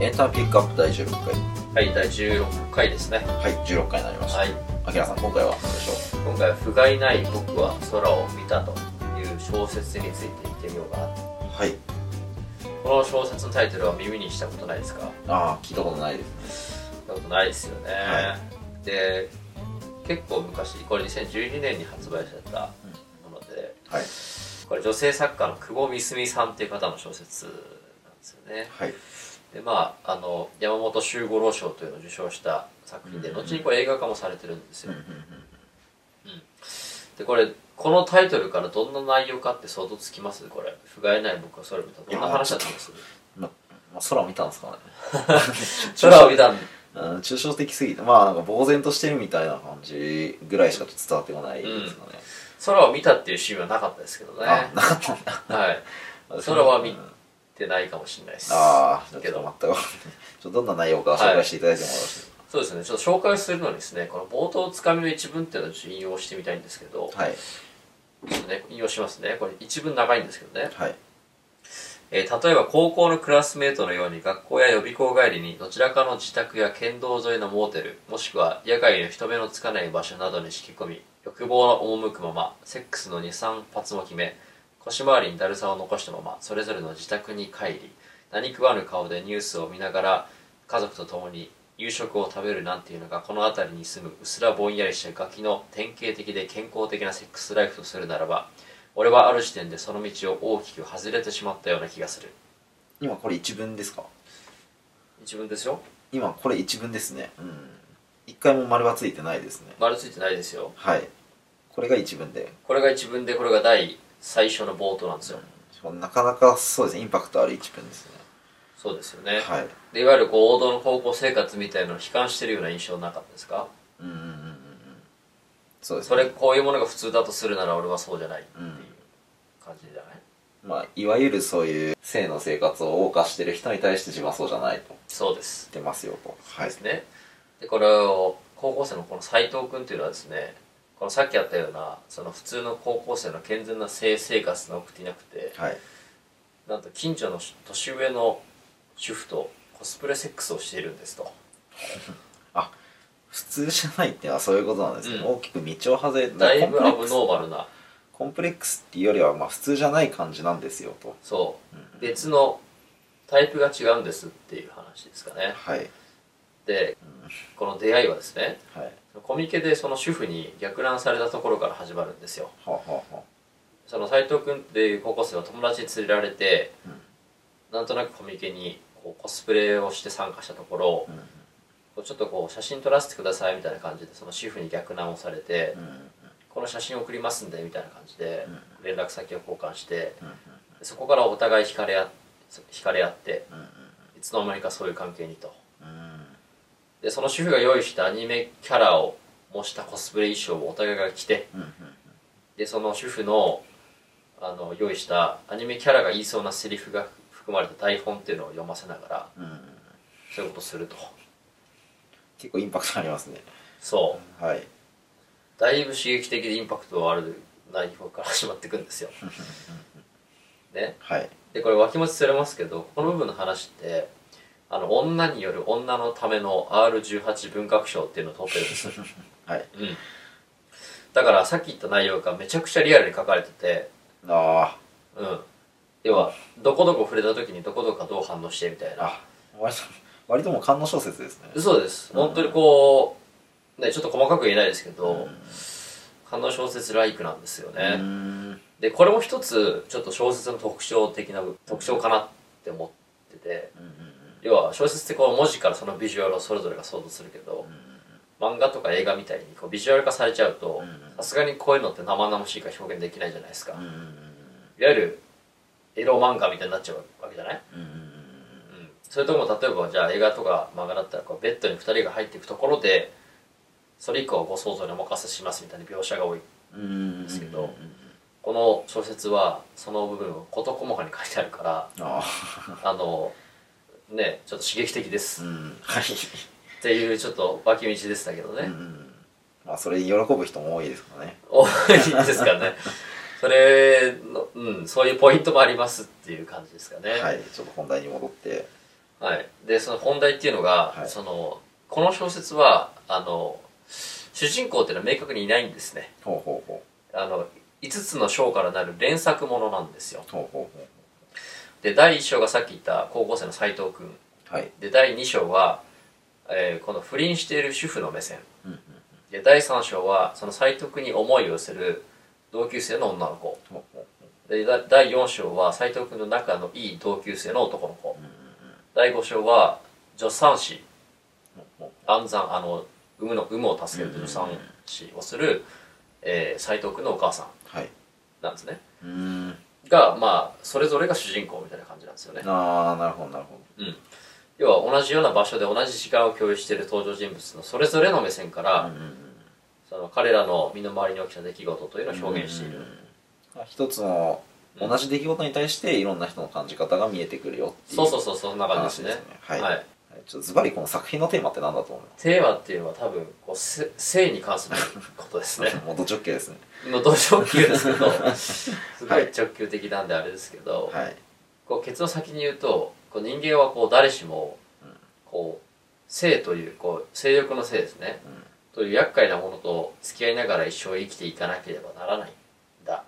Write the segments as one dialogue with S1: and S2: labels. S1: エンターピックアップ第16回
S2: はい、第16回ですね。
S1: はい16回になりました
S2: はい。
S1: あきらさん今回は何でしょう
S2: 今回は、不甲斐ない僕は空を見たという小説について言ってみようかなと。
S1: はい
S2: この小説のタイトルは耳にしたことないですか聞い
S1: ああ聞いたことないです
S2: たことないですよね。
S1: は
S2: で、結構昔、これ2012年に発売されたもので、
S1: はい
S2: これ女性作家の久保みすみさんっていう方の小説なんですよね。
S1: はい
S2: でまあ、あの山本周五郎賞というのを受賞した作品で、
S1: うん
S2: 後にこれ映画化もされてるんです
S1: うん
S2: よ、
S1: うんうん
S2: でこれこのタイトルからどんな内容かって想像つきますこれ不甲斐ない僕は空を見たどんな話だったんです
S1: ままあ空を見たんですかね
S2: 空を見たん
S1: うん抽象的すぎてまあなんか呆然としてるみたいな感じぐらいしか伝わってこないですかね、
S2: 空を見たっていうシーンはなかったですけどね
S1: あ
S2: は
S1: なかったんだ
S2: い空は見
S1: うん
S2: でないかもしれないです
S1: ああ
S2: け
S1: けど
S2: ど
S1: 全く ちょっとどんな内容か紹介していただいてもよろしいです
S2: そうですねちょっと紹介するのにですねこの冒頭つかみの一文っていうのをちょっと引用してみたいんですけど、
S1: かはい
S2: ちょっとね、引用しますねこれ一文長いんですけどね
S1: はい
S2: えー例えば高校のクラスメートのように学校や予備校帰りにどちらかの自宅や県道沿いのモーテルもしくは野外の人目のつかない場所などに敷き込み欲望の赴くままセックスの23発も決め腰回りにだるさを残したままそれぞれの自宅に帰り何食わぬ顔でニュースを見ながら家族と共に夕食を食べるなんていうのがこの辺りに住むうすらぼんやりしたガキの典型的で健康的なセックスライフとするならば俺はある時点でその道を大きく外れてしまったような気がする
S1: 今これ一文ですか
S2: 自分ですよ
S1: 今これ一文ですねうん一回も丸はついてないですね
S2: 丸ついてないですよ
S1: はいこれが一文で
S2: これが一文でこれが第最初の冒頭なんですよ、
S1: なかなかそうですねインパクトある一文ですね
S2: そうですよね、
S1: はい
S2: でいわゆるこう王道の高校生活みたいなのを悲観してるような印象なかったですか
S1: うんうんうんうんうんそうです
S2: そ
S1: ね
S2: れこういうものが普通だとするなら俺はそうじゃないっていう
S1: うん
S2: 感じじゃない、
S1: まあいわゆるそういう性の生活を謳歌してる人に対して自分はそうじゃないと言っ
S2: そうです
S1: てますよとはい
S2: ですねでこれを高校生のこの斉藤君というのはですねこのさっきあったようなその普通の高校生の健全な性生活を送っていなくて
S1: はい
S2: なんと近所の年上の主婦とコスプレセックスをしているんですと
S1: 普通じゃないっていうのはそういうことなんですけど、
S2: うん
S1: 大きく道を外れて
S2: だい
S1: コンプ
S2: ぶ
S1: レ
S2: ア
S1: ッ
S2: ブ
S1: クス
S2: ノーマルな
S1: コンプレックスっていうよりはまあ普通じゃない感じなんですよと、
S2: そう
S1: うんうん
S2: 別のタイプが違うんですっていう話ですかね
S1: はい、
S2: で
S1: う
S2: この出会いはですね
S1: ん、はい
S2: コミケでその主婦に逆乱されたところから始まるんですよ
S1: はあ、はあは
S2: その斉藤君っていう高校生は友達に連れられて
S1: あ、
S2: なんとなくコミケにこうコスプレをして参加したところ
S1: うんうん
S2: こうちょっとこう写真撮らせてくださいみたいな感じでその主婦に逆難をされて
S1: うんうん
S2: この写真送りますんでみたいな感じで
S1: うん
S2: 連絡先を交換して
S1: うん
S2: そこからお互い惹かれ合そ惹かれ合って
S1: うん
S2: いつの間にかそういう関係にと
S1: うん
S2: でその主婦が用意したアニメキャラを模したコスプレ衣装をお互いが着て
S1: うんうん
S2: でその主婦のあの用意したアニメキャラが言いそうなセリフが含まれた台本っていうのを読ませながら
S1: うんうん
S2: そういうことすると
S1: 結構インパクトありますね
S2: そう
S1: はい
S2: だいぶ刺激的でインパクトがある内容から始まっていくんですよ、ね、
S1: はい
S2: でこれ脇持ちされますけどこの部分の話ってあの女による女のための R18 文学賞っていうのを取ってるんですよ、
S1: はい
S2: うん、だからさっき言った内容がめちゃくちゃリアルに書かれてて、
S1: あ
S2: うん、要はどこどこ触れた時にどこどこがどう反応してみたい
S1: ー
S2: な
S1: あ割と割ともう観音小説ですね
S2: そうです
S1: うん
S2: 本当にこう、ね、ちょっと細かく言えないですけど、
S1: ん
S2: 観音小説ライクなんですよね、
S1: うん
S2: でこれも一つちょっと小説の特徴的な特徴かなって思ってて、
S1: うんうん
S2: 要は小説ってこう文字からそのビジュアルをそれぞれが想像するけど、漫画とか映画みたいにこうビジュアル化されちゃうと
S1: うん
S2: さすがにこういうのって生々しいから表現できないじゃないですか、
S1: う
S2: い
S1: ん
S2: わゆるエロ漫画みたいになっちゃうわけじゃない、
S1: うんうん
S2: うん、それとも例えばじゃあ映画とか漫画だったらこうベッドに2人が入っていくところでそれ以降はご想像にお任せしますみたいな描写が多い
S1: うんうん
S2: ですけど
S1: うんうんうん
S2: この小説はその部分を事細かに書いてあるから
S1: あ
S2: あのねちょっと刺激的です
S1: ーうんはい
S2: っていうちょっと脇道でしたけど
S1: う
S2: ね、
S1: んうんまあそれに喜ぶ人も多いですからね
S2: 多いですかね。それの、うん、そういうポイントもありますっていう感じですかね。
S1: はいちょっと本題に戻って
S2: はい、でその本題っていうのが、
S1: はい
S2: そのこの小説はあの主人公っていうのは明確にいないんですね
S1: ほうほうほ
S2: あの5つの章からなる連作ものなんですよ
S1: うほうほうほ
S2: で第1章がさっき言った高校生の斉藤君
S1: うはい
S2: で第2章は、えーこの不倫している主婦の目線
S1: うんうん
S2: で第3章はその斉藤君に思いを寄せる同級生の女の子
S1: ほうほう
S2: でだ第4章は斉藤君の仲のいい同級生の男の子
S1: うんうん
S2: 第5章は助産師
S1: ほうほう
S2: 安産あの産むの産むを助ける助産師をする、えー、斉藤君のお母さん
S1: はい
S2: なんですね
S1: うーん
S2: がまあそれぞれが主人公みたいな感じなんですよね
S1: ああなるほどなるほ
S2: 要は同じような場所で同じ時間を共有している登場人物のそれぞれの目線か
S1: ど
S2: ら、
S1: うんうんうん
S2: その彼らの身の回りに起きた出来事というのを表現している、
S1: うん一つの
S2: うん
S1: 同じ出来事に対していろんな人の感じ方が見えてくるよっていう
S2: そうそうそうそんな感じですね
S1: 話ですねはい
S2: はい、
S1: ちょっとズバリこの作品のテーマって何だと思いま
S2: テーマっていうのは多分こうせ 性に関することですね
S1: すもうド直球ですね
S2: のど直球です けどすごい直球的なんであれですけど、
S1: はい
S2: こうケツの先に言うとこう人間はこう誰しも
S1: うん
S2: こう性というこう性欲の性ですね、
S1: うん
S2: という厄介なものと付き合いながら一生生きていかなければならないんだ
S1: あ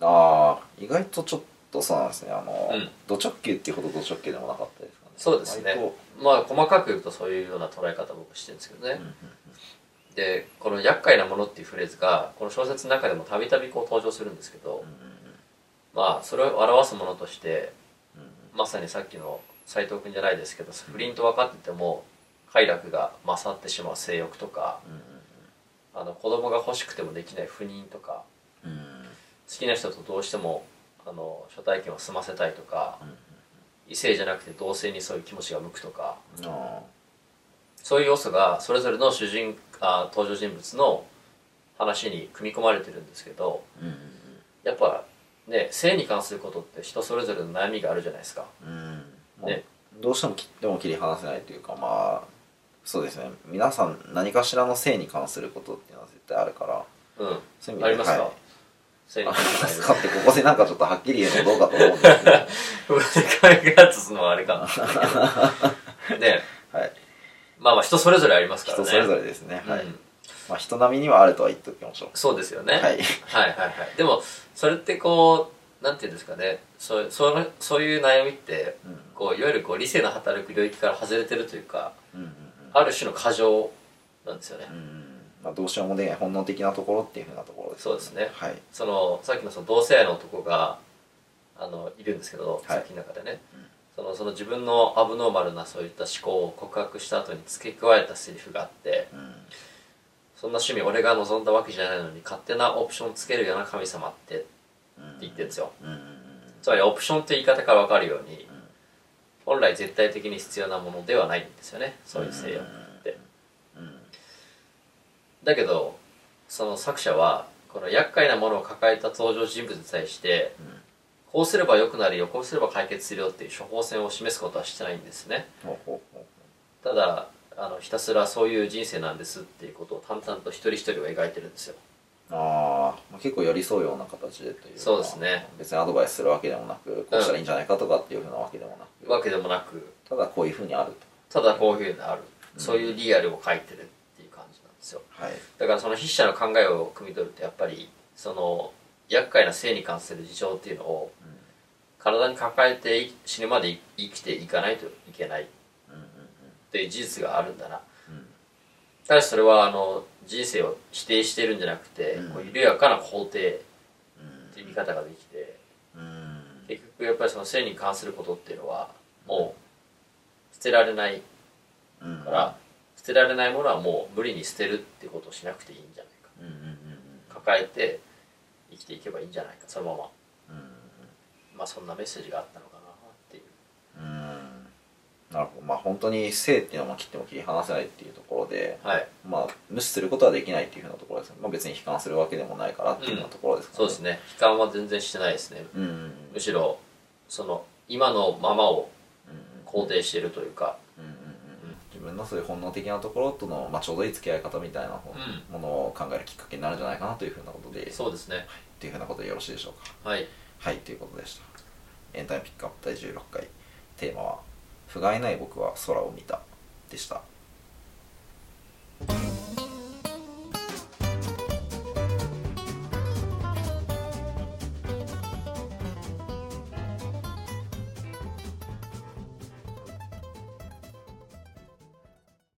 S1: あ意外とちょっとそうなんですねあの、
S2: うん
S1: ド直球っていうほどド直球でもなかったですかね
S2: そうですね
S1: 割と
S2: まあ細かく言うとそういうような捉え方を僕してるんですけどね、
S1: うんうん
S2: でこの「厄介なもの」っていうフレーズがこの小説の中でもたびたびこう登場するんですけど、まあそれを表すものとして
S1: うんうん
S2: まさにさっきの斎藤君じゃないですけど不倫と分かってても快楽が勝ってしまう性欲とかあの子供が欲しくてもできない不妊とか
S1: うんうんうん
S2: 好きな人とどうしてもあの初体験を済ませたいとか
S1: うん
S2: 異性じゃなくて同性にそういう気持ちが向くとか
S1: うんあ
S2: そういう要素がそれぞれの主人あ登場人物の話に組み込まれてるんですけど
S1: ーうん
S2: やっぱね性に関することって人それぞれの悩みがあるじゃないですか
S1: うんうんまあ
S2: ね
S1: どうしても切っても切り離せないというかまあそうですね皆さん何かしらの性に関することっていうのは絶対あるから
S2: うん
S1: そういう意
S2: あ
S1: 味で
S2: りますか、
S1: はい
S2: 性に
S1: あ
S2: 関
S1: り
S2: する
S1: ますか
S2: 悩み
S1: ってここでなんかちょっとはっきり言うのどうかと思うんですけど
S2: これからすのはあれかなね
S1: はい
S2: まあまあ人それぞれありますからね
S1: 人それぞれですねはい、
S2: うん
S1: まあ人並みにはあるとは言っておきましょ
S2: そうですよ
S1: う
S2: ね、
S1: はい
S2: はいはいはいでもそれってこうなんていうんですかねそうそのそういう悩みって
S1: うん
S2: こういわゆるこう理性の働く領域から外れてるというか
S1: うんうん
S2: ある種の過剰なんですよね、
S1: うんうんまあどうしようもできない本能的なところっていうふうなところです
S2: そうですね
S1: はい
S2: そのさっきのその同性愛の男があのいるんですけど、
S1: はい
S2: 作品の中でね、
S1: うん
S2: そのその自分のアブノーマルなそういった思考を告白した後に付け加えたセリフがあって
S1: うん
S2: そんな趣味俺が望んだわけじゃないのに勝手なオプションつけるような神様ってって言ってるんですよ、
S1: うんうん
S2: つまりオプションって言い方から分かるように、本来絶対的に必要なものではないんですよねそういう性欲って、
S1: うん
S2: だけどその作者はこの厄介なものを抱えた登場人物に対して、
S1: うん
S2: こうすれば良くなるよこうすれば解決するよっていう処方箋を示すことはしてないんですね
S1: ほうほうほ
S2: ただあのひたすらそういう人生なんですっていうことを淡々と一人一人を描いてるんですよ
S1: うあーまあ結構寄り添うような形でというか
S2: そうですね
S1: 別にアドバイスするわけでもなくこうしたらいいんじゃないかとかっていうふうなわけでもなく、
S2: わけでもなく
S1: ただこういうふうにあると
S2: ただこういうのある、
S1: うん
S2: そういうリアルを描いてるっていう感じなんですよ
S1: はい
S2: だからその筆者の考えを汲み取るとやっぱりその厄介な性に関する事情っていうのを
S1: うん
S2: 体に抱えて死ぬまで生きていかないといけないっ
S1: うんうん
S2: ていう事実があるんだな
S1: うん
S2: ただしそれはあの人生を否定してるんじゃなくて、
S1: うん
S2: こう緩やかな肯定
S1: うん
S2: っていう見方ができて
S1: うん
S2: 結局やっぱりその性に関することっていうのはもう捨てられない
S1: うん
S2: から、捨てられないものはもう無理に捨てるってことをしなくていいんじゃないか
S1: うんうんうん
S2: 抱えて生きていけばいいんじゃないかそのまま
S1: うん
S2: まあそんなメッセージがあったのかなっていう
S1: うんうんなるほどまあ本当に性っていうのは切っても切り離せないっていうところで
S2: はい
S1: まあ無視することはできないっていうふうなところですね、まあ、別に悲観するわけでもないからっていうようなところですかね、
S2: そうですね悲観は全然してないですね
S1: うんうん
S2: むしろその今のままを
S1: う
S2: 肯定しているというか
S1: んうんうんうん自分のそういう本能的なところとの、まあ、ちょうどいい付き合い方みたいな
S2: う
S1: ものを考えるきっかけになるんじゃないかなというふうなことで、
S2: そうですね
S1: というふうなことでよろしいでしょうか
S2: はい
S1: はいということでしたエンタイムピックアップ第16回テーマは「不甲斐ない僕は空を見たでした